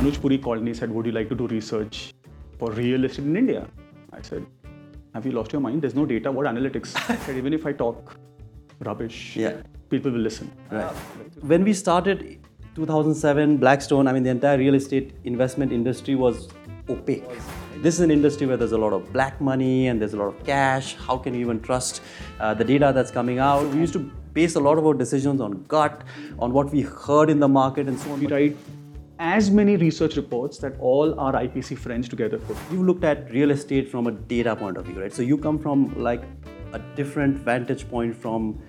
Anuj Puri called me and said, Would you like to do research for real estate in India? I said, Have you lost your mind? There's no data. What analytics? I said, Even if I talk rubbish, Yeah. people will listen. Right. When we started 2007, Blackstone, I mean, the entire real estate investment industry was opaque. This is an industry where there's a lot of black money and there's a lot of cash. How can you even trust uh, the data that's coming out? We used to base a lot of our decisions on gut, on what we heard in the market, and so on. We write as many research reports that all our IPC friends together put. You've looked at real estate from a data point of view, right? So you come from like a different vantage point from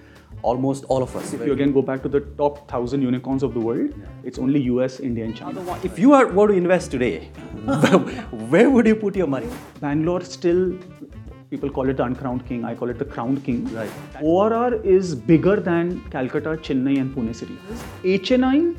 almost all of us. If you again go back to the top thousand unicorns of the world, it's only US, India, and China. If you are, were to invest today, where would you put your money? Bangalore still, people call it the uncrowned king. I call it the crowned king. Right. ORR is bigger than Calcutta, Chennai, and Pune city. HNI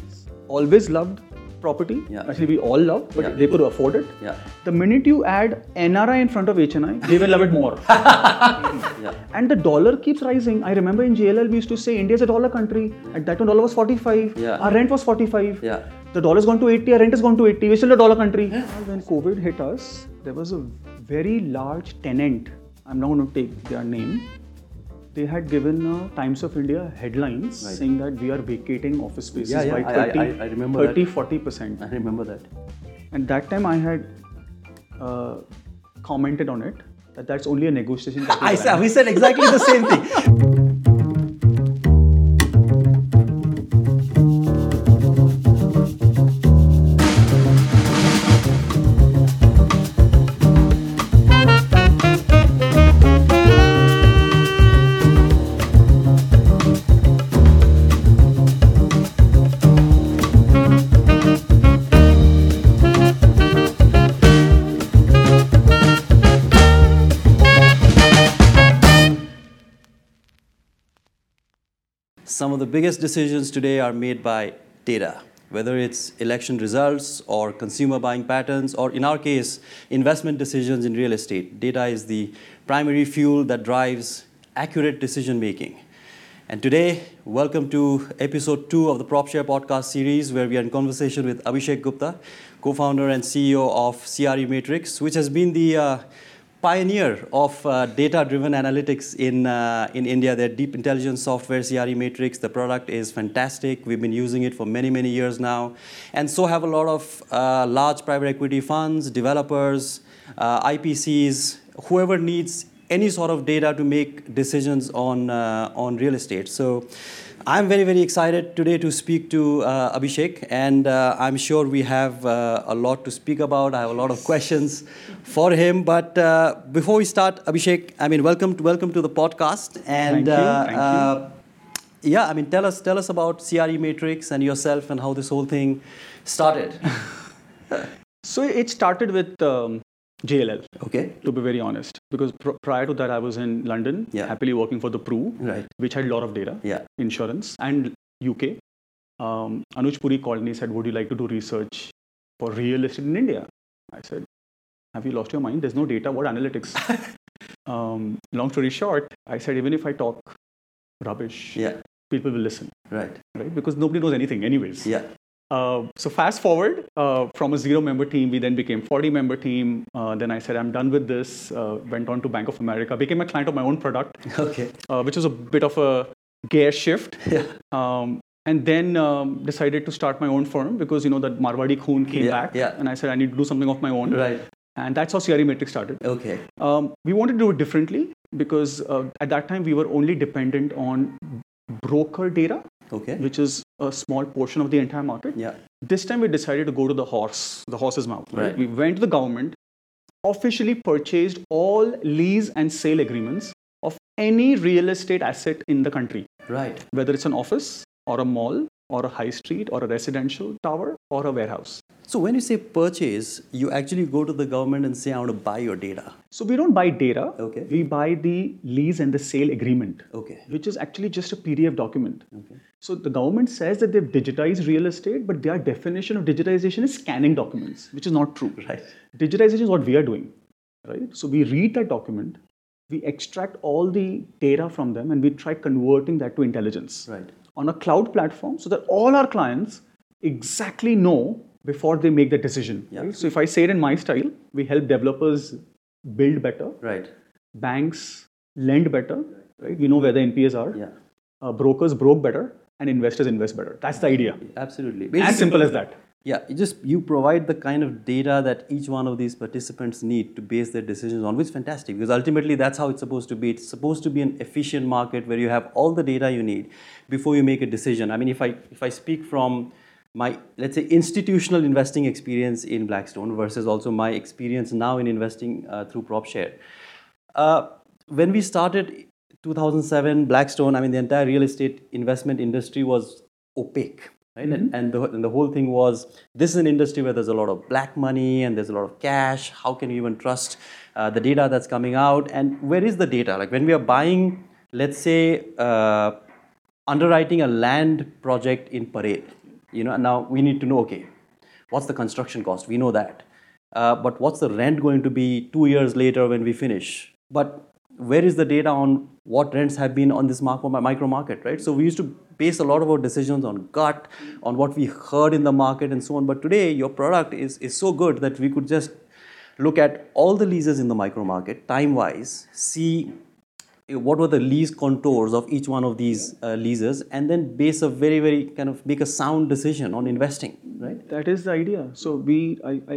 always loved property. Yeah. Actually, we all loved, but Yeah. they could afford it. Yeah. The minute you add NRI in front of HNI, they will love it more. Yeah. And the dollar keeps rising. I remember in JLL we used to say India is a dollar country. At that time dollar was 45. Yeah. Our rent was 45. Yeah. The dollar's gone to 80. Our rent has gone to 80. We're still a dollar country. when COVID hit us, there was a very large tenant. I'm not going to take their name. They had given uh, Times of India headlines Right. saying that we are vacating office spaces Yeah, yeah, by I- I- 30, I- I remember 30 40 percent. I remember that. And that time I had uh, commented on it that that's only a negotiation. that we I ran. said, we said exactly the same thing. Some of the biggest decisions today are made by data, whether it's election results or consumer buying patterns, or in our case, investment decisions in real estate. Data is the primary fuel that drives accurate decision making. And today, welcome to episode two of the PropShare podcast series, where we are in conversation with Abhishek Gupta, co founder and CEO of CRE Matrix, which has been the uh, pioneer of uh, data-driven analytics in, uh, in India. Their deep intelligence software, CRE Matrix, the product is fantastic. We've been using it for many, many years now. And so have a lot of uh, large private equity funds, developers, uh, IPCs, whoever needs any sort of data to make decisions on, uh, on real estate. So I'm very, very excited today to speak to uh, Abhishek, and uh, I'm sure we have uh, a lot to speak about. I have a lot of questions for him. But uh, before we start, Abhishek, I mean, welcome, to, welcome to the podcast. Thank And you, uh, thank you. uh, yeah, I mean, tell us, tell us about CRE Matrix and yourself and how this whole thing started. So it started with um, JLL, okay, to be very honest, because pr- prior to that, I was in London, Yeah. happily working for the Pru, right. which had a lot of data, Yeah, insurance, and UK. Um, Anuj Puri called me and said, Would you like to do research for real estate in India? I said, Have you lost your mind? There's no data. What analytics? um, long story short, I said, Even if I talk rubbish, yeah, people will listen, right. right? Because nobody knows anything, anyways. Yeah, Uh, so fast forward uh, from a zero member team we then became 40 member team uh, then i said i'm done with this uh, went on to bank of america became a client of my own product okay. uh, which was a bit of a gear shift Yeah, um, and then um, decided to start my own firm because you know that marwadi khun came Yeah, back yeah. and i said i need to do something of my own right. and that's how cre matrix started Okay, um, we wanted to do it differently because uh, at that time we were only dependent on broker data okay. which is a small portion of the entire market Yeah, this time we decided to go to the horse, the horse's mouth. Right? Right. We went to the government, officially purchased all lease and sale agreements of any real estate asset in the country, right. whether it's an office or a mall or a high street or a residential tower or a warehouse. So when you say purchase, you actually go to the government and say, I want to buy your data. So we don't buy data, Okay. we buy the lease and the sale agreement, Okay. which is actually just a PDF document. Okay. So the government says that they've digitized real estate, but their definition of digitization is scanning documents, which is not true. Right. digitization is what we are doing right so we read that document we extract all the data from them and we try converting that to intelligence Right. on a cloud platform so that all our clients exactly know before they make the decision. Yeah. right? So if I say it in my style, we help developers build better, Right. banks lend better, right? We know where the NPAs are. Yeah. Uh, brokers broke better, and investors invest better. That's the idea. Absolutely. As simple as that. Yeah, you just you provide the kind of data that each one of these participants need to base their decisions on, which is fantastic because ultimately that's how it's supposed to be. It's supposed to be an efficient market where you have all the data you need before you make a decision. I mean, if I if I speak from my let's say institutional investing experience in Blackstone versus also my experience now in investing uh, through PropShare, uh, when we started 2007 blackstone i mean the entire real estate investment industry was opaque right and, and, the, and the whole thing was this is an industry where there's a lot of black money and there's a lot of cash how can you even trust uh, the data that's coming out and where is the data like when we are buying let's say uh, underwriting a land project in parade you know now we need to know okay what's the construction cost we know that uh, but what's the rent going to be two years later when we finish but where is the data on what rents have been on this macro, micro market right so we used to base a lot of our decisions on gut on what we heard in the market and so on but today your product is, is so good that we could just look at all the leases in the micro market time wise see what were the lease contours of each one of these uh, leases and then base a very very kind of make a sound decision on investing right That is the idea. So we, I, I,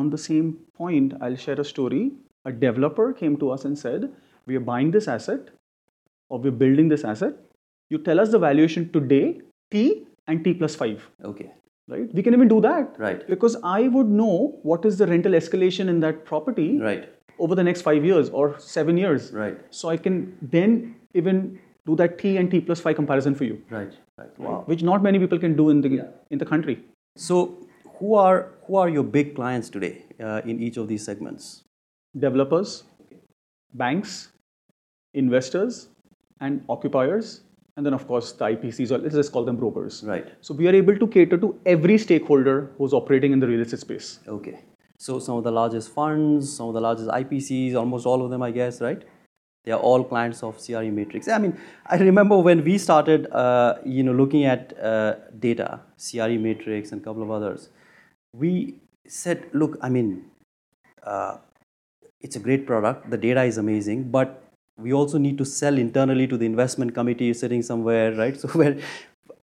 on the same point, I'll share a story. A developer came to us and said, "We are buying this asset, or we're building this asset. You tell us the valuation today, T and T plus five, okay right? We can even do that, Right. Because I would know what is the rental escalation in that property right over the next five years or seven years, Right. So I can then even do that T and T plus five comparison for you, right right wow which not many people can do in the in the country. so who are who are your big clients today uh, in each of these segments developers, banks, investors, and occupiers, and then of course the IPCs, or let's just call them brokers. right So we are able to cater to every stakeholder who's operating in the real estate space. okay so some of the largest funds some of the largest ipcs almost all of them i guess right they are all clients of CRE Matrix. I mean, I remember when we started, uh, you know, looking at uh, data, CRE Matrix and a couple of others. We said, look, I mean, uh, it's a great product. The data is amazing, but we also need to sell internally to the investment committee sitting somewhere, right? So where,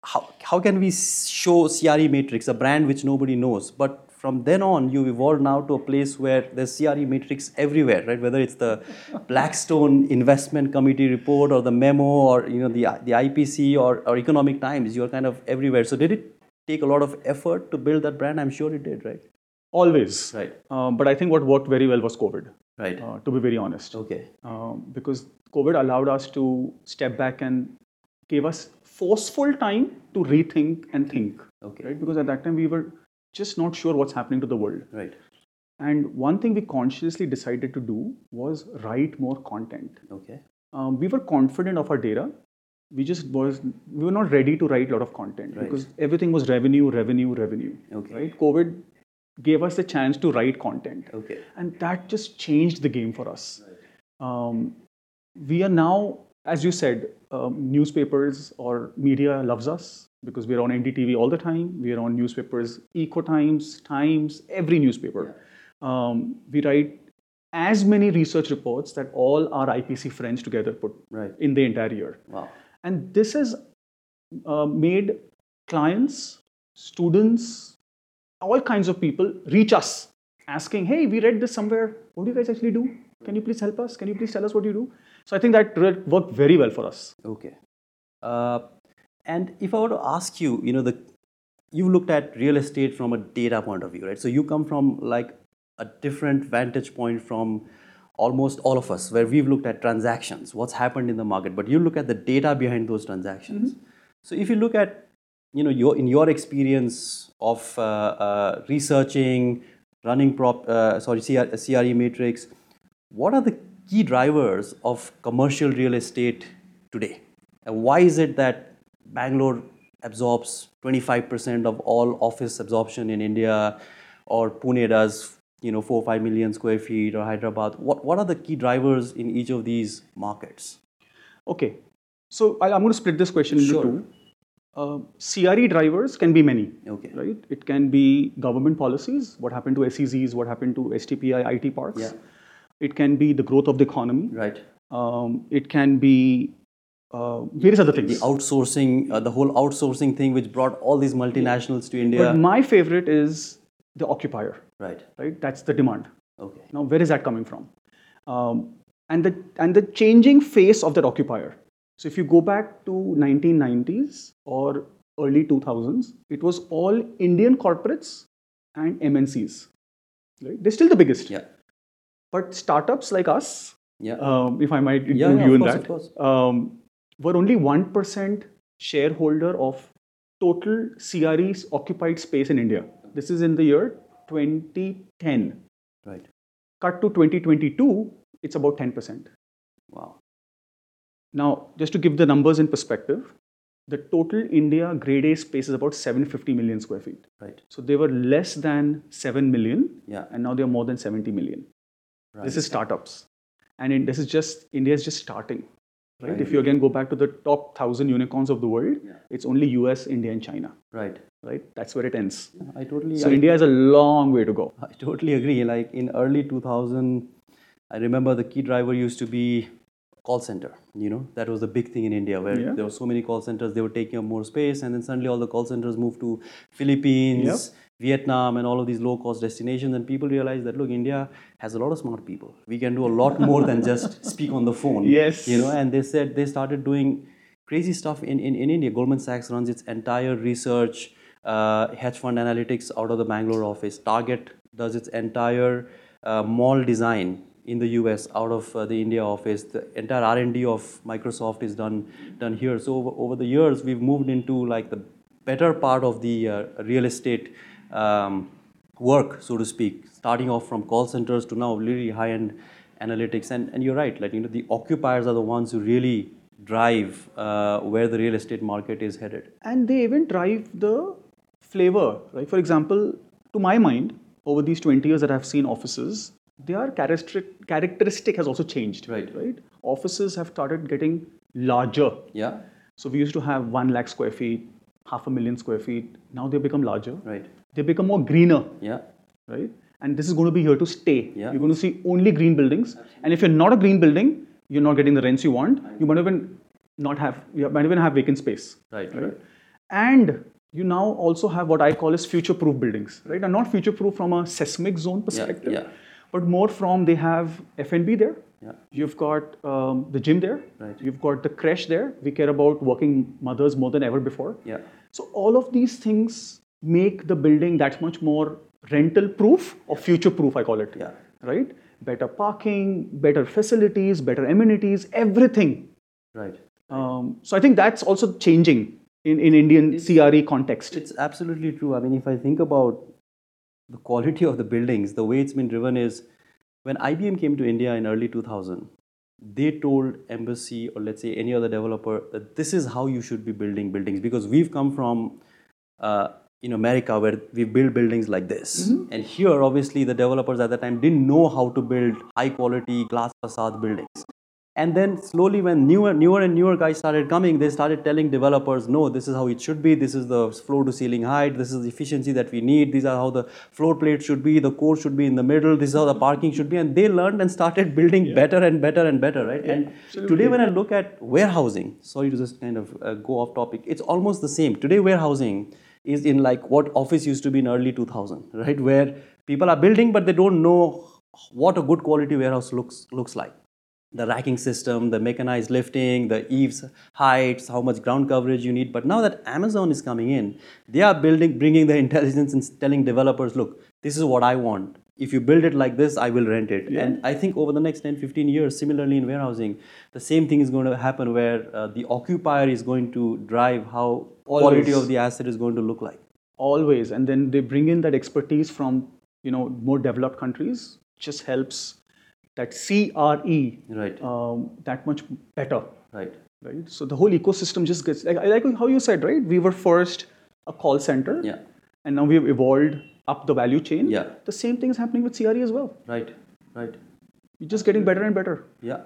how how can we s- show CRE Matrix, a brand which nobody knows, but from then on, you evolve now to a place where there's CRE matrix everywhere, right? Whether it's the Blackstone Investment Committee report or the memo or you know the the IPC or, or Economic Times, you're kind of everywhere. So did it take a lot of effort to build that brand? I'm sure it did, right? Always. Right. Um, but I think what worked very well was COVID, Right. uh, to be very honest. Okay. Um, because COVID allowed us to step back and gave us forceful time to rethink and think. Okay. Right? Because at that time we were just not sure what's happening to the world. Right. And one thing we consciously decided to do was write more content. Okay. Um, we were confident of our data. We just was we were not ready to write a lot of content Right. because everything was revenue, revenue, revenue. Okay. Right? COVID gave us the chance to write content, Okay. and that just changed the game for us. Um, we are now, as you said, um, newspapers or media loves us because we're on NDTV all the time. We are on newspapers, Eco Times, Times, every newspaper. Um, we write as many research reports that all our IPC friends together put Right. in the entire year. Wow. And this has uh, made clients, students, all kinds of people reach us asking, hey, we read this somewhere. What do you guys actually do? Can you please help us? Can you please tell us what you do? So I think that re- worked very well for us. Okay. Uh, and if I were to ask you, you know, the you looked at real estate from a data point of view, right? So you come from like a different vantage point from almost all of us, where we've looked at transactions, what's happened in the market, but you look at the data behind those transactions. So if you look at, you know, your in your experience of uh, uh, researching, running prop, uh, sorry, CR, CRE matrix, what are the key drivers of commercial real estate today? And why is it that Bangalore absorbs 25% of all office absorption in India, or Pune does, you know, four or five million square feet, or Hyderabad? What, what are the key drivers in each of these markets? Okay. So I, I'm going to split this question into Sure. two. Uh, CRE drivers can be many, Okay. right? It can be government policies, what happened to SEZs, what happened to STPI, IT parks. Yeah. It can be the growth of the economy. Right. Um, it can be uh, various other The things. outsourcing, uh, the whole outsourcing thing, which brought all these multinationals to India. But my favorite is the occupier, right. right? That's the demand. Okay. Now, where is that coming from? Um, and the and the changing face of that occupier. So, if you go back to 1990s or early 2000s, it was all Indian corporates and MNCs. Right? They're still the biggest, Yeah. but startups like us, Yeah. um, if I might include yeah, you of in course, that, of course. um, were only one percent shareholder of total CRE's occupied space in India. This is in the year 2010 right. cut to 2022, it's about 10%. Wow. Now, just to give the numbers in perspective, the total India grade A space is about 750 million square feet. Right. So they were less than 7 million, Yeah. and now they are more than 70 million. Right. This is startups. And in, this is just, India is just starting. Right? Right. If you again go back to the top 1,000 unicorns of the world, Yeah. it's only US, India, and China. right. Right? That's where it ends. I totally. So I- India has a long way to go. I totally agree. Like in early 2000, I remember the key driver used to be call center. You know that was the big thing in India where Yeah. there were so many call centers. They were taking up more space, and then suddenly all the call centers moved to Philippines, Vietnam, and all of these low-cost destinations. And people realized that look, India has a lot of smart people. We can do a lot more than just speak on the phone. Yes. you know. And they said they started doing crazy stuff in, in, in India. Goldman Sachs runs its entire research, uh, hedge fund analytics out of the Bangalore office. Target does its entire uh, mall design in the US out of uh, the India office. The entire R&D of Microsoft is done done here. So over, over the years, we've moved into like the better part of the uh, real estate um, work, so to speak, starting off from call centers to now really high-end analytics. And, and you're right, like, you know, the occupiers are the ones who really drive uh, where the real estate market is headed. and they even drive the flavor right for example to my mind over these 20 years that i've seen offices their characteristic characteristic has also changed Right. right offices have started getting larger Yeah, so we used to have 1 lakh square feet half a million square feet now they become larger right. they become more greener Yeah, right and this is going to be here to stay Yeah. you're going to see only green buildings and if you're not a green building you're not getting the rents you want you might even not have you might even have vacant space right, right? right. And you now also have what I call as future-proof buildings, right? And not future-proof from a seismic zone perspective, yeah. but more from they have F&B there. Yeah. You've got um, the gym there. Right. You've got the creche there. We care about working mothers more than ever before. Yeah, So all of these things make the building that much more rental-proof or future-proof, I call it. Yeah. Right? Better parking, better facilities, better amenities, everything right. um, so I think that's also changing in, in Indian CRE context. It's absolutely true. I mean, if I think about the quality of the buildings, the way it's been driven is when IBM came to India in early 2000, they told embassy or let's say any other developer that this is how you should be building buildings because we've come from uh, in America where we build buildings like this. And here, obviously, the developers at that time didn't know how to build high quality glass facade buildings. And then slowly, when newer, newer and newer guys started coming, they started telling developers, no, this is how it should be. This is the floor to ceiling height. This is the efficiency that we need. These are how the floor plate should be. The core should be in the middle. This is how the parking should be. And they learned and started building better and better and better, right? and today, when I look at warehousing, sorry to just kind of uh, go off topic, it's almost the same. Today, warehousing is in like what office used to be in early 2000, right? Where people are building, but they don't know what a good quality warehouse looks looks like the racking system, the mechanized lifting, the eaves heights, how much ground coverage you need. But now that Amazon is coming in, they are building, bringing the intelligence and telling developers, look, this is what I want. If you build it like this, I will rent it. And I think over the next 10, 15 years, similarly in warehousing, the same thing is going to happen where uh, the occupier is going to drive how quality Always. of the asset is going to look like. Always. And then they bring in that expertise from, you know, more developed countries, just helps that CRE Right, um, that much better, right, right? So the whole ecosystem just gets, like, I like how you said, right? We were first a call center. Yeah. And now we've evolved up the value chain. Yeah. The same thing is happening with CRE as well. right, right. You're just getting better and better. Yeah,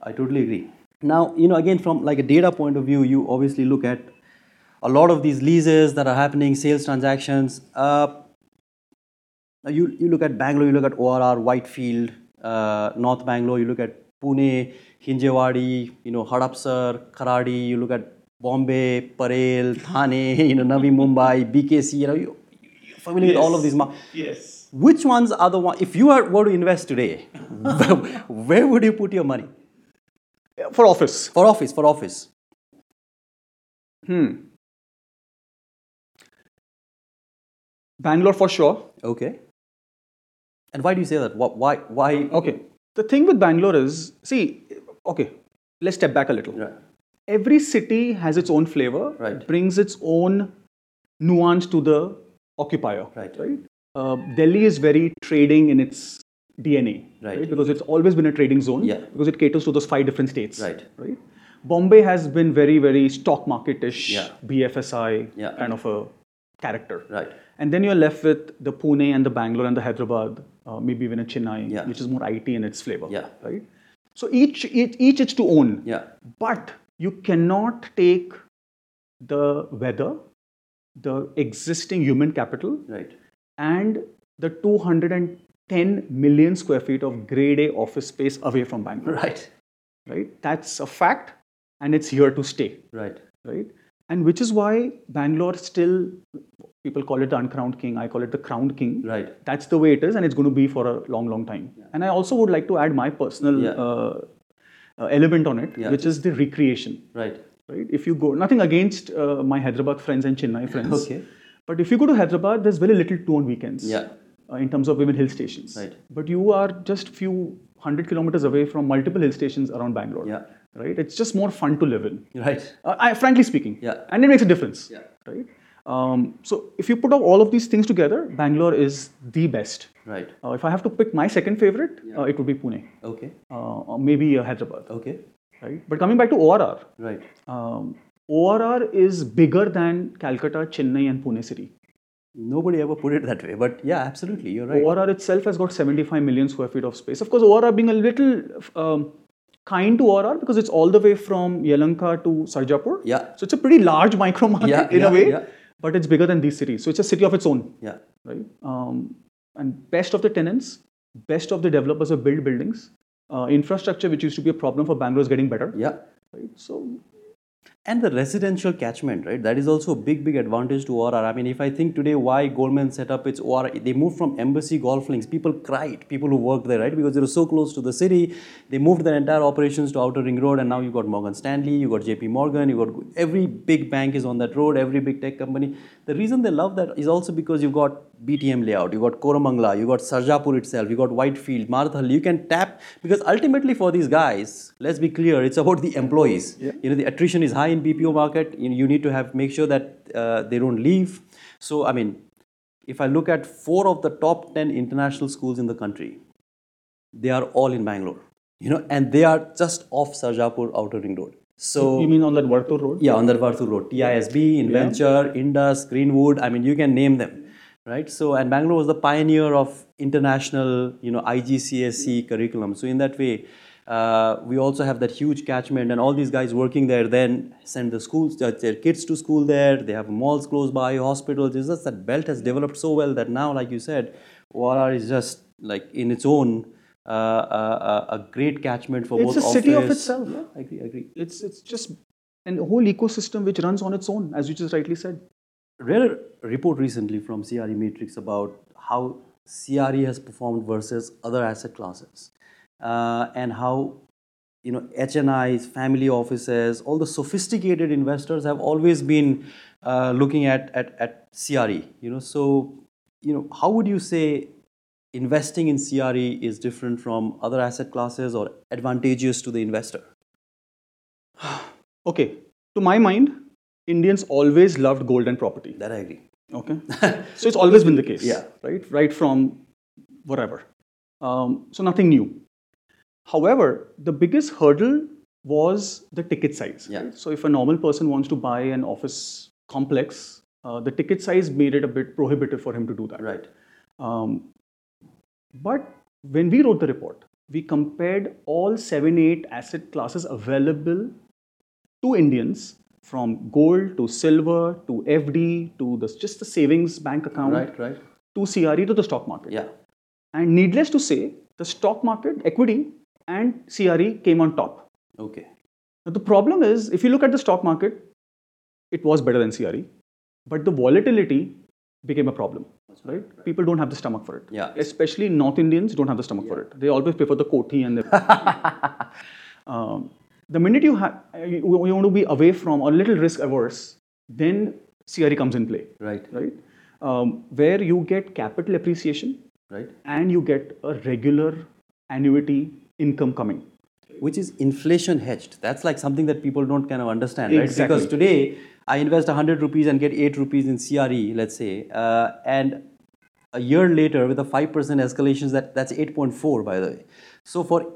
I totally agree. Now, you know, again, from like a data point of view, you obviously look at a lot of these leases that are happening, sales transactions. Uh, now you, you look at Bangalore, you look at ORR, Whitefield, uh, North Bangalore, you look at Pune, Hinjewadi, you know, Hadapsar, Karadi, you look at Bombay, Parel, Thane, you know, Navi Mumbai, BKC, you know, you, you're familiar with all of these. mar- Yes. Which ones are the one? If you are, were to invest today, where, where would you put your money? For office. For office, for office. Hmm. Bangalore for sure. Okay. And why do you say that? Wh- Why? Why? Okay. The thing with Bangalore is, see, okay, let's step back a little. Right. Every city has its own flavor, Right. brings its own nuance to the occupier. Right. Uh, Delhi is very trading in its DNA, Right. Because it's always been a trading zone, Yeah. because it caters to those five different states, Right. Right. Bombay has been very, very stock marketish, Yeah. BFSI Yeah. kind of a character, Right. and then you're left with the Pune and the Bangalore and the Hyderabad, uh, maybe even a Chennai, Yeah. which is more IT in its flavor. Yeah. Right. So each each, each its to own. Yeah. But you cannot take the weather, the existing human capital, Right. and the 210 million square feet of grade A office space away from Bangalore. Right. Right. That's a fact, and it's here to stay Right. right? And which is why Bangalore still, people call it the uncrowned king, I call it the crowned king. Right. That's the way it is, and it's going to be for a long, long time. And I also would like to add my personal Yeah. uh, uh, element on it, Yeah. which is the recreation, Right. right? If you go, nothing against uh, my Hyderabad friends and Chennai friends, Okay. but if you go to Hyderabad, there's very little to on weekends Yeah. uh, in terms of even hill stations. Right. But you are just few hundred kilometers away from multiple hill stations around Bangalore, Yeah. right? It's just more fun to live in. Right. Uh, I, frankly speaking. Yeah. And it makes a difference. Yeah. Right. Um, so if you put up all of these things together, Bangalore is the best. Right. Uh, if I have to pick my second favorite, uh, it would be Pune, Okay. uh, or maybe uh, Hyderabad. Okay. Right. But coming back to ORR, Right. um, ORR is bigger than Calcutta, Chennai, and Pune city. Nobody ever put it that way, but yeah, absolutely, you're right. ORR itself has got 75 million square feet of space. Of course, ORR being a little um, kind to ORR because it's all the way from Yelanka to Sarjapur. Yeah. So it's a pretty large micro market Yeah, in a yeah, way, yeah. but it's bigger than these cities. So it's a city of its own, Yeah. right? Um, and best of the tenants, best of the developers who build buildings. Uh, infrastructure, which used to be a problem for Bangalore, is getting better. Yeah. Right? So And the residential catchment, right? That is also a big, big advantage to ORR. I mean, if I think today why Goldman set up its ORR, they moved from embassy golf links. People cried, people who worked there, right? Because they were so close to the city. They moved their entire operations to Outer Ring Road, and now you've got Morgan Stanley, you've got JP Morgan, you've got every big bank is on that road, every big tech company. The reason they love that is also because you've got BTM layout, you've got Koramangala, you've got Sarjapur itself, you've got Whitefield, Marathal. You can tap, because ultimately for these guys, let's be clear, it's about the employees you know the attrition is high in BPO market. You, you need to have make sure that uh, they don't leave. So I mean, if I look at four of the top ten international schools in the country, they are all in Bangalore. You know, and they are just off Sarjapur Outer Ring Road. So you mean on that Vartur road? yeah, on the Vartu Road, TISB, Inventure, Indus, Greenwood. I mean, you can name them, right? So, and Bangalore was the pioneer of international, you know, IGCSE curriculum. So, in that way, uh, we also have that huge catchment, and all these guys working there then send the schools uh, their kids to school there. They have malls close by, hospitals. It's just that belt has developed so well that now, like you said, ORR is just like in its own. Uh, uh, uh, a great catchment for It's both a city of office- itself. Yeah, I agree. I agree. It's it's just an whole ecosystem which runs on its own, as you just rightly said. read a report recently from CRE Matrix about how CRE has performed versus other asset classes, uh, and how you know HNIs, family offices, all the sophisticated investors have always been uh, looking at, at at CRE. You know, so you know how would you say investing in CRE is different from other asset classes or advantageous to the investor? Okay. To my mind, Indians always loved gold and property. That I agree. Okay. so it's always been the case. Yeah. Right. Right from wherever. Um, so nothing new. However, the biggest hurdle was the ticket size. Yeah. right? So if a normal person wants to buy an office complex, uh, the ticket size made it a bit prohibitive for him to do that. Right. Um, but when we wrote the report, we compared all seven, eight asset classes available to Indians from gold to silver to FD to the, just the savings bank account Right, right. to CRE to the stock market. Yeah. And needless to say, the stock market, equity, and CRE came on top. Okay. Now, the problem is, if you look at the stock market, it was better than CRE, but the volatility became a problem. Right? People don't have the stomach for it. Yeah. Especially North Indians don't have the stomach for it. They always prefer the koti and the. um, the minute you, ha- you, you want to be away from or a little risk averse, then CRE comes in play, Right. right? Um, where you get capital appreciation Right. and you get a regular annuity income coming. Which is inflation hedged. That's like something that people don't kind of understand, right? Exactly. Because today I invest 100 rupees and get 8 rupees in CRE, let's say, uh, and a year later with a 5% escalations that that's 8.4 by the way. So for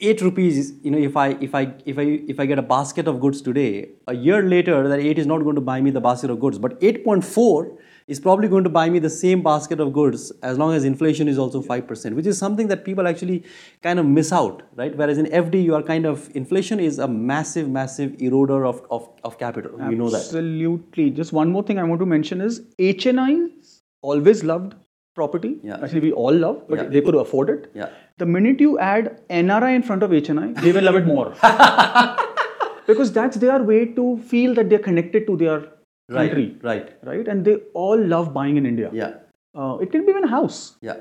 8 rupees, you know, if I if I if I if I get a basket of goods today, a year later that 8 is not going to buy me the basket of goods, but 8.4 is probably going to buy me the same basket of goods as long as inflation is also 5%, which is something that people actually kind of miss out, right? Whereas in FD, you are kind of, inflation is a massive, massive eroder of, of, of capital. You know that. Absolutely. Just one more thing I want to mention is HNIs always loved property. Yeah. Actually, we all love, but Yeah. they could afford it. Yeah. The minute you add NRI in front of HNI, they will love it more. because that's their way to feel that they're connected to their country, Right. Right. right? And they all love buying in India. Yeah. Uh, it can be even a house. Yeah.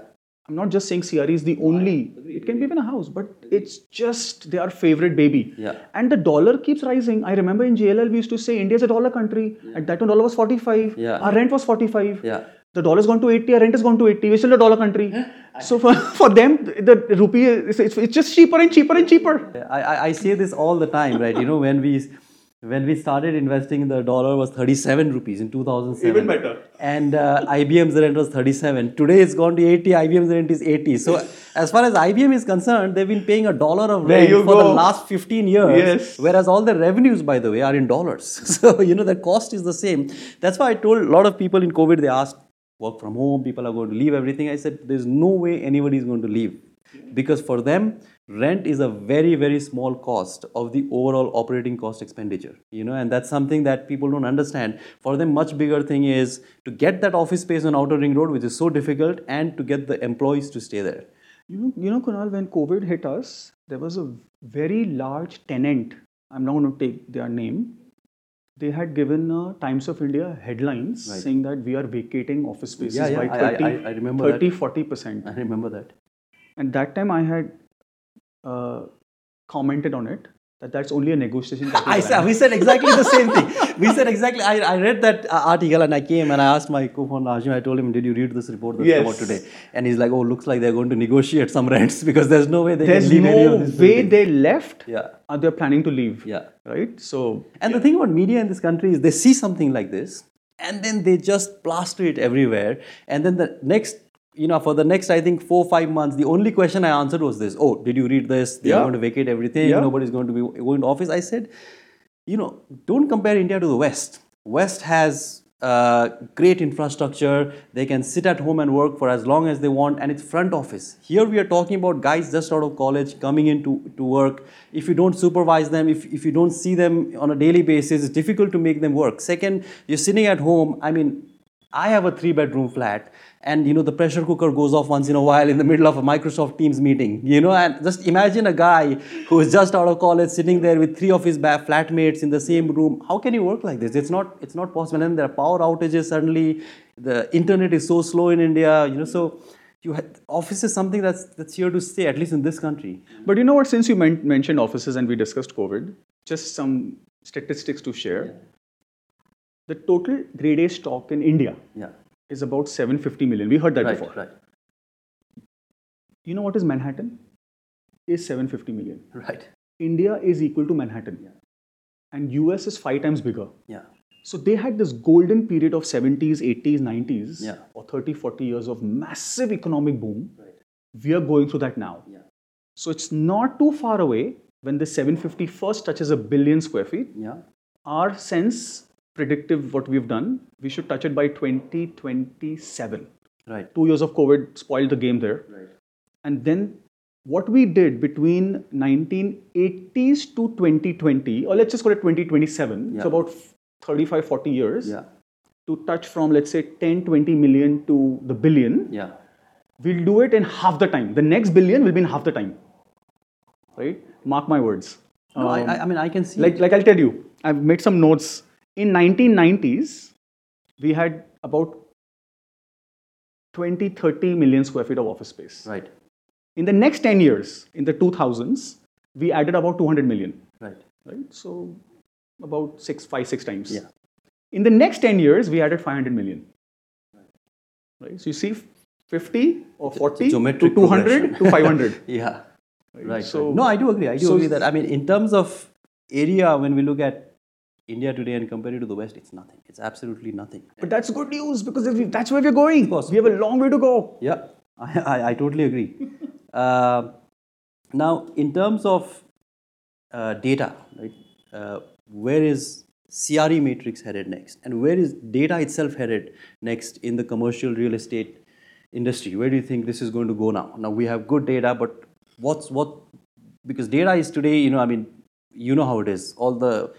I'm not just saying CRE is the only. It can be even a house, but it's just their favorite baby. Yeah. And the dollar keeps rising. I remember in JLL we used to say India is a dollar country. At that time dollar was 45. Yeah. Our rent was 45. Yeah. The dollar's gone to 80. Our rent has gone to 80. We're still a dollar country. so for, for them the rupee is it's, it's just cheaper and cheaper and cheaper. I, I, I say this all the time, right? You know, when we when we started investing, the dollar was 37 rupees in 2007. Even better. And uh, IBM's rent was 37. Today it's gone to 80. IBM's rent is 80. So as far as IBM is concerned, they've been paying a dollar of rent you for the go. last 15 years. Yes. Whereas all their revenues, by the way, are in dollars. So you know the cost is the same. That's why I told a lot of people in COVID. They asked, work from home. People are going to leave everything. I said, there's no way anybody is going to leave because for them rent is a very very small cost of the overall operating cost expenditure you know and that's something that people don't understand for them much bigger thing is to get that office space on outer ring road which is so difficult and to get the employees to stay there You know, you know, Kunal, when COVID hit us, there was a very large tenant. I'm not going to take their name. They had given uh, Times of India headlines Right. saying that we are vacating office spaces Yeah, by yeah, I- I- 30, I- I remember that. 30 40%. i remember that And that time I had uh, commented on it that that's only a negotiation. that I is said, happening. we said exactly the same thing. We said exactly. I, I read that uh, article and I came and I asked my co-founder Ajay. I told him, "Did you read this report that's come out Yes. today?" And he's like, "Oh, looks like they're going to negotiate some rents because there's no way they There's can leave any no of this way building." they left Yeah. or they're planning to leave. Yeah. Right? So, And the thing about media in this country is they see something like this and then they just plaster it everywhere. And then the next, you know, for the next, I think, four, five months, the only question I answered was this Oh, did you read this? They're Yeah. going to vacate everything. Yeah. Nobody's going to be going to office. I said, you know, don't compare India to the West. West has uh, great infrastructure. They can sit at home and work for as long as they want, and it's front office. Here we are talking about guys just out of college coming in to, to work. If you don't supervise them, if, if you don't see them on a daily basis, it's difficult to make them work. Second, you're sitting at home. I mean, I have a three bedroom flat and you know the pressure cooker goes off once in a while in the middle of a Microsoft Teams meeting you know and just imagine a guy who is just out of college sitting there with three of his ba- flatmates in the same room how can you work like this it's not it's not possible and there are power outages suddenly the internet is so slow in India you know so you ha- office is something that's that's here to stay at least in this country but you know what? Since you men- mentioned offices and we discussed COVID, just some statistics to share. The total grade A stock in India yeah is about 750 million. We heard that right before. right You know what is Manhattan? Is 750 million. right India is equal to Manhattan. And US is five times bigger. yeah So they had this golden period of 70s, 80s, 90s, Yeah. or 30, 40 years of massive economic boom. We are going through that now. Yeah. So it's not too far away when the 750 first touches a billion square feet. yeah Our sense, predictive, what we've done, we should touch it by 2027. right Two years of COVID spoiled the game there. right And then what we did between 1980s to 2020, or let's just call it 2027, Yeah. so about 35, 40 years, Yeah. to touch from, let's say, 10, 20 million to the billion, Yeah. we'll do it in half the time. The next billion will be in half the time. Right? Mark my words. No, I Um, I, I mean, I can see. like, like I'll tell you, I've made some notes. In 1990s, we had about 20, 30 million square feet of office space. right. In the next 10 years, in the 2000s, we added about 200 million, Right. right? So about six, five, six times. Yeah. In the next 10 years, we added 500 million. Right? So you see 50 or 40 to geometric 200 progression. to 500. Yeah. Right. Right. So right. No, I do agree. I do so- agree that I mean, in terms of area, when we look at India today and compare it to the West, it's nothing. It's absolutely nothing. but that's good news because if we- that's where we're going. course. We have a long way to go. Yeah, I, I, I totally agree. uh, now, in terms of uh, data, right, uh, where is CRE matrix headed next? And where is data itself headed next in the commercial real estate industry? Where do you think this is going to go now? Now, we have good data, but what's what? Because data is today, you know, I mean, you know how it is. All the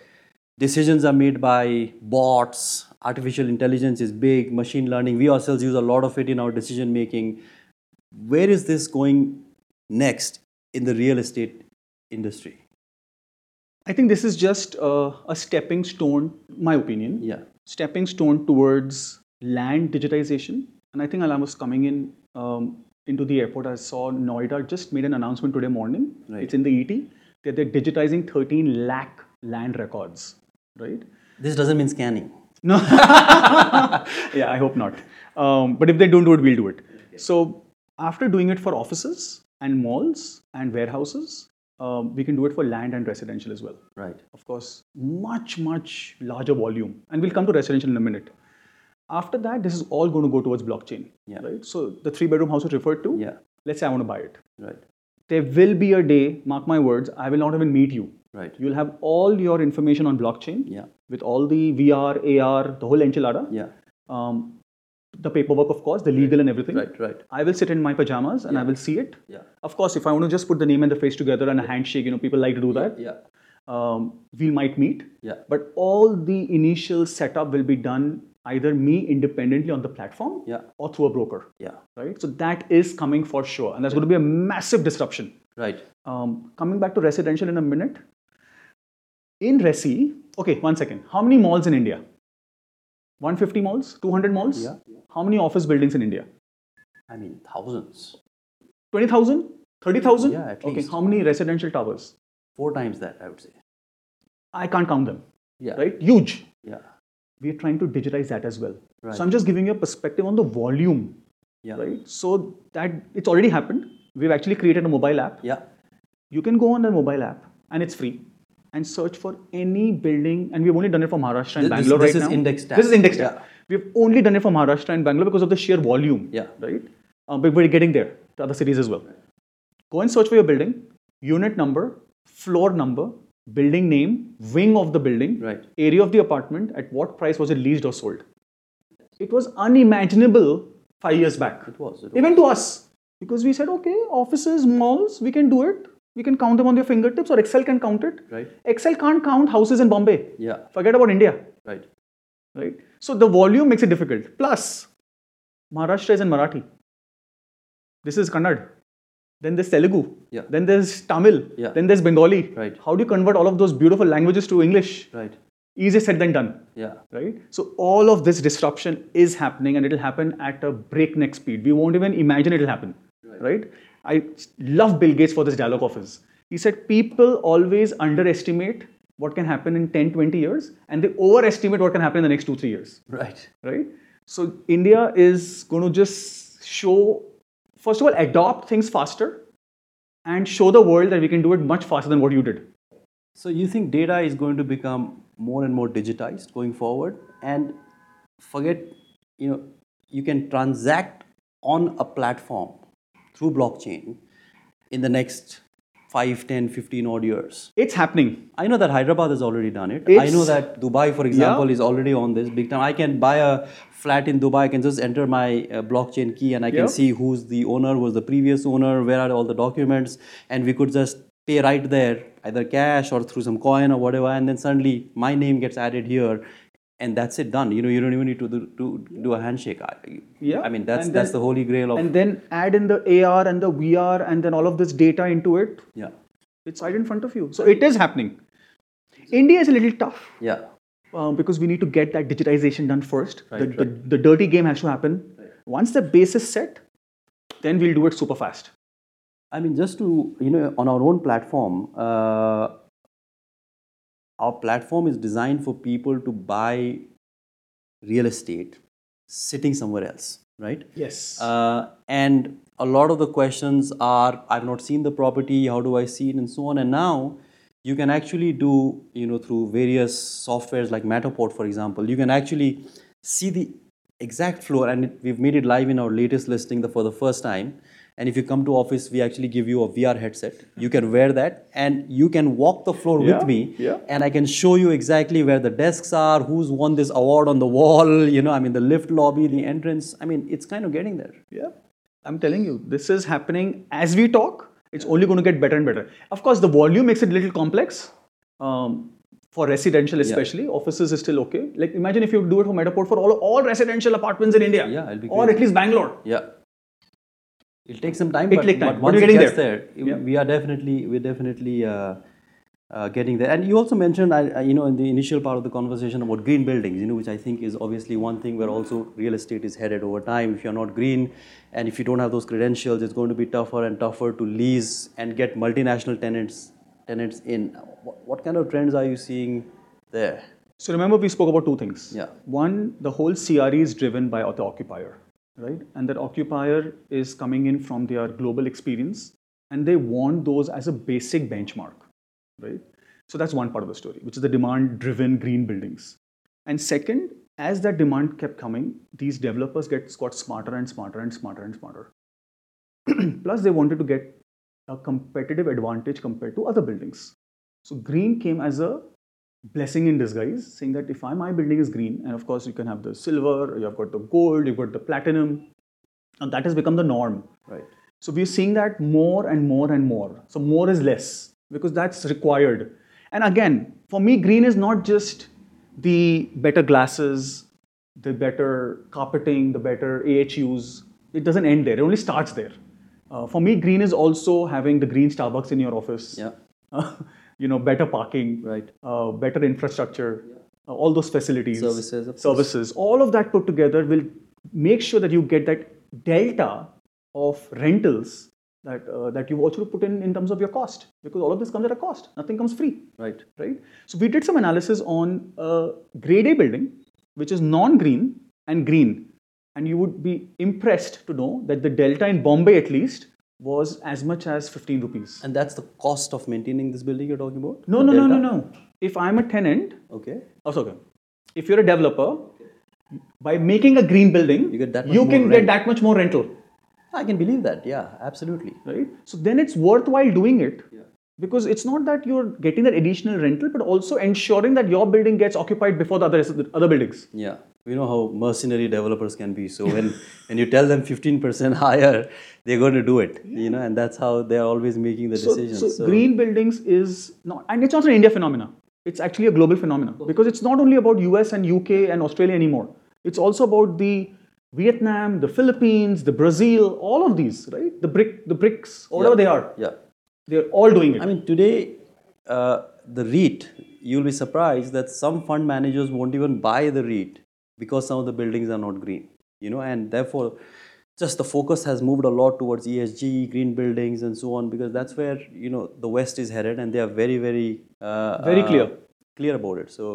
decisions are made by bots artificial intelligence is big machine learning we ourselves use a lot of it in our decision making where is this going next in the real estate industry I think this is just uh, a stepping stone, my opinion, yeah stepping stone towards land digitization. And I think Alam was coming in um, into the airport. I saw Noida just made an announcement today morning. Right. It's in the ET that they're digitizing 13 lakh land records. Right? this doesn't mean scanning No. yeah, I hope not. Um, but if they don't do it, we'll do it. So after doing it for offices and malls and warehouses, um, we can do it for land and residential as well right of course, much, much larger volume. And we'll come to residential in a minute. After that, this is all going to go towards blockchain. Yeah. Right? So the three bedroom house was referred to, yeah let's say I want to buy it. right There will be a day, mark my words, I will not even meet you. right You'll have all your information on blockchain yeah with all the VR, AR, the whole enchilada, yeah um, the paperwork, of course, the legal and everything. right right I will sit in my pajamas and I will see it. yeah Of course, if I want to just put the name and the face together and a handshake, you know, people like to do that. yeah Um, we might meet, yeah but all the initial setup will be done either me independently on the platform yeah or through a broker yeah right so that is coming for sure and that's going to be a massive disruption right um, coming back to residential in a minute in resi okay one second how many malls in india 150 malls 200 malls Yeah. how many office buildings in india i mean thousands 20000 30000 Yeah, at okay least. how many residential towers four times that i would say i can't count them yeah right huge yeah we are trying to digitize that as well right so i'm just giving you a perspective on the volume yeah right so that it's already happened we've actually created a mobile app yeah you can go on the mobile app and it's free and search for any building and we've only done it for maharashtra and This- bangalore this right is now indexed app. this is indexed Yeah. app. we've only done it for maharashtra and bangalore because of the sheer volume Yeah. right um, but we're getting there to other cities as well go and search for your building unit number floor number building name wing of the building Right. area of the apartment at what price was it leased or sold it was unimaginable five years back it was it was even to us because we said okay offices malls we can do it we can count them on their fingertips or excel can count it right excel can't count houses in bombay yeah forget about india right right so the volume makes it difficult plus maharashtra is in marathi this is kannad then there's telugu Yeah. then there's tamil Yeah. then there's bengali Right. how do you convert all of those beautiful languages to english right easier said than done yeah right so all of this disruption is happening and it'll happen at a breakneck speed we won't even imagine it'll happen right, i love bill gates for this dialogue of his he said people always underestimate what can happen in 10 20 years and they overestimate what can happen in the next 2 3 years right right so india is going to just show first of all adopt things faster and show the world that we can do it much faster than what you did So you think data is going to become more and more digitized going forward and forget you know you can transact on a platform through blockchain in the next 5, 10, 15 odd years. It's happening. I know that Hyderabad has already done it. I It's- know that Dubai, for example, is already on this big time. I can buy a flat in Dubai. I can just enter my uh, blockchain key and I can Yeah. see who's the owner, was the previous owner, where are all the documents, and we could just pay right there, either cash or through some coin or whatever. And then suddenly my name gets added here, and that's it done. You know, you don't even need to do, to do a handshake. I, Yeah. I mean, that's And then- that's the holy grail of And then add in the AR and the VR and then all of this data into it. yeah, It's right in front of you. So it is happening. India is a little tough yeah, um, because we need to get that digitization done first. the, Right, the- the dirty game has to happen. Once the base is set, then we'll do it super fast. I mean, just to, you know, on our own platform, uh, our platform is designed for people to buy real estate sitting somewhere else, right? Yes. Uh, and a lot of the questions are I've not seen the property, how do I see it, and so on. And now you can actually do, you know, through various softwares like Matterport, for example, you can actually see the exact floor. And it, we've made it live in our latest listing the, for the first time. And if you come to office, we actually give you a VR headset. You can wear that and you can walk the floor with Yeah, me yeah. and I can show you exactly where the desks are, who's won this award on the wall, you know, I mean, the lift lobby, the entrance. I mean, it's kind of getting there. Yeah. I'm telling you, this is happening as we talk. It's only going to get better and better. Of course, the volume makes it a little complex um, for residential, especially. Offices is still okay. Like, imagine if you do it for Metaport for all, all residential apartments in India, Yeah, it'll be or great. at least Bangalore. Yeah. It'll take some time, It'll but, take time, but but once we're it getting gets there. there, it- we are definitely, we're definitely uh, uh, getting there. And you also mentioned, I, I- you know, in the initial part of the conversation about green buildings, you know, which I think is obviously one thing where also real estate is headed over time. If you're not green and if you don't have those credentials, it's going to be tougher and tougher to lease and get multinational tenants tenants in. What, what kind of trends are you seeing there? So remember, we spoke about two things. Yeah. One, the whole CRE is driven by the occupier, right? And that occupier is coming in from their global experience, and they want those as a basic benchmark, right? So that's one part of the story, which is the demand-driven green buildings. And second, as that demand kept coming, these developers get got smarter and smarter and smarter and smarter. Plus, they wanted to get a competitive advantage compared to other buildings. So green came as a blessing in disguise, saying that if I, my building is green, and of course you can have the silver, you've got the gold, you've got the platinum, and that has become the norm. Right. So we're seeing that more and more and more. So more is less because that's required. And again, for me, green is not just the better glasses, the better carpeting, the better AHUs. It doesn't end there. It only starts there. Uh, for me, green is also having the green Starbucks in your office. Yeah. you know, better parking. Right. Uh, better infrastructure. uh, all those facilities. Services, of course. Services. All of that put together will make sure that you get that delta of rentals that uh, that you've also put in in terms of your cost because all of this comes at a cost. Nothing comes free Right. right? So we did some analysis on a grade A building, which is non-green and green, and you would be impressed to know that the delta in Bombay at least was as much as 15 rupees. And that's the cost of maintaining this building you're talking about? No, no, The no, no, delta? no. If I'm a tenant, Okay. oh, sorry. If you're a developer, by making a green building, You get that much you more can rent. get that much more rental, I can believe that. Yeah, absolutely. right? So then it's worthwhile doing it. Because it's not that you're getting that additional rental, but also ensuring that your building gets occupied before the other, the other buildings. Yeah. We know how mercenary developers can be. So when, when you tell them 15% higher, they're going to do it. You know, and that's how they're always making the so, decisions. so green buildings is not and it's not an india phenomena it's actually a global phenomena because it's not only about us and uk and australia anymore it's also about the vietnam the philippines the brazil all of these right the bric the brics or whatever they are yeah. they're all doing it I mean, today, uh, the REIT, you'll be surprised that some fund managers won't even buy the REIT because some of the buildings are not green, you know, and therefore, just the focus has moved a lot towards ESG, green buildings, and so on, because that's where, you know, the West is headed and they are very, very, uh, Very uh, clear. clear about it. So,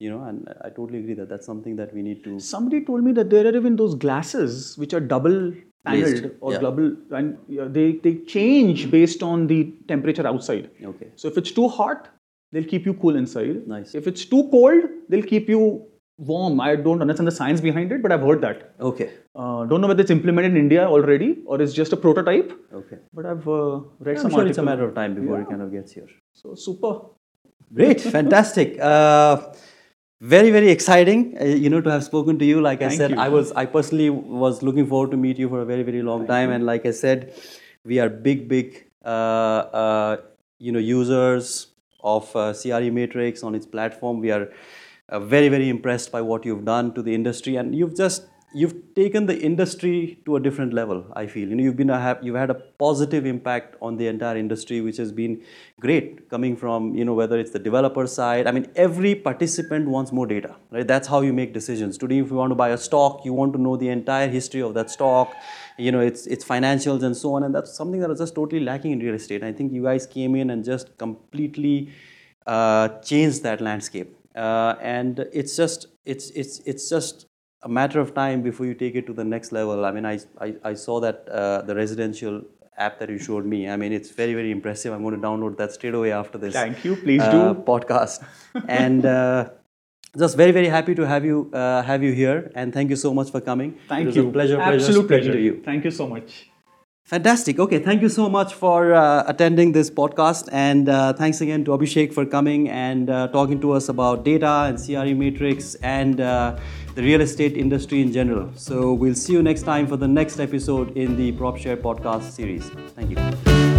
you know, and I totally agree that that's something that we need to. somebody told me that there are even those glasses which are double paneled Glazed, or yeah. double and yeah, they they change based on the temperature outside Okay. So if it's too hot, they'll keep you cool inside. Nice. If it's too cold, they'll keep you warm. I don't understand the science behind it, but I've heard that. Okay. Uh, don't know whether it's implemented in India already or it's just a prototype, Okay. but I've uh, read I'm some sure it's a article. matter of time before it Yeah. kind of gets here. So super. Great, fantastic. Uh, very, very exciting. Uh, you know, to have spoken to you. Like I Thank said, you. I was, I personally was looking forward to meet you for a very, very long time. And like I said, we are big, big, uh, uh, you know, users of uh, CRE Matrix on its platform. We are uh, very, very impressed by what you've done to the industry, and you've just you've taken the industry to a different level i feel you know you've been a, ha- you've had a positive impact on the entire industry which has been great coming from you know whether it's the developer side i mean every participant wants more data right that's how you make decisions today if you want to buy a stock you want to know the entire history of that stock you know its its financials and so on and that's something that was just totally lacking in real estate i think you guys came in and just completely uh, changed that landscape uh, and it's just it's it's it's just a matter of time before you take it to the next level. I mean, I, I, I saw that uh, the residential app that you showed me. I mean, it's very, very impressive. I'm going to download that straight away after this Thank you. Please do. uh, podcast. and uh, just very, very happy to have you uh, have you here. And thank you so much for coming. it Thank was you. A pleasure, pleasure Absolute speaking pleasure. to you. Thank you so much. Fantastic. Okay, thank you so much for uh, attending this podcast, and uh, thanks again to Abhishek for coming and uh, talking to us about data and CRE matrix and uh, the real estate industry in general. So we'll see you next time for the next episode in the PropShare podcast series. Thank you.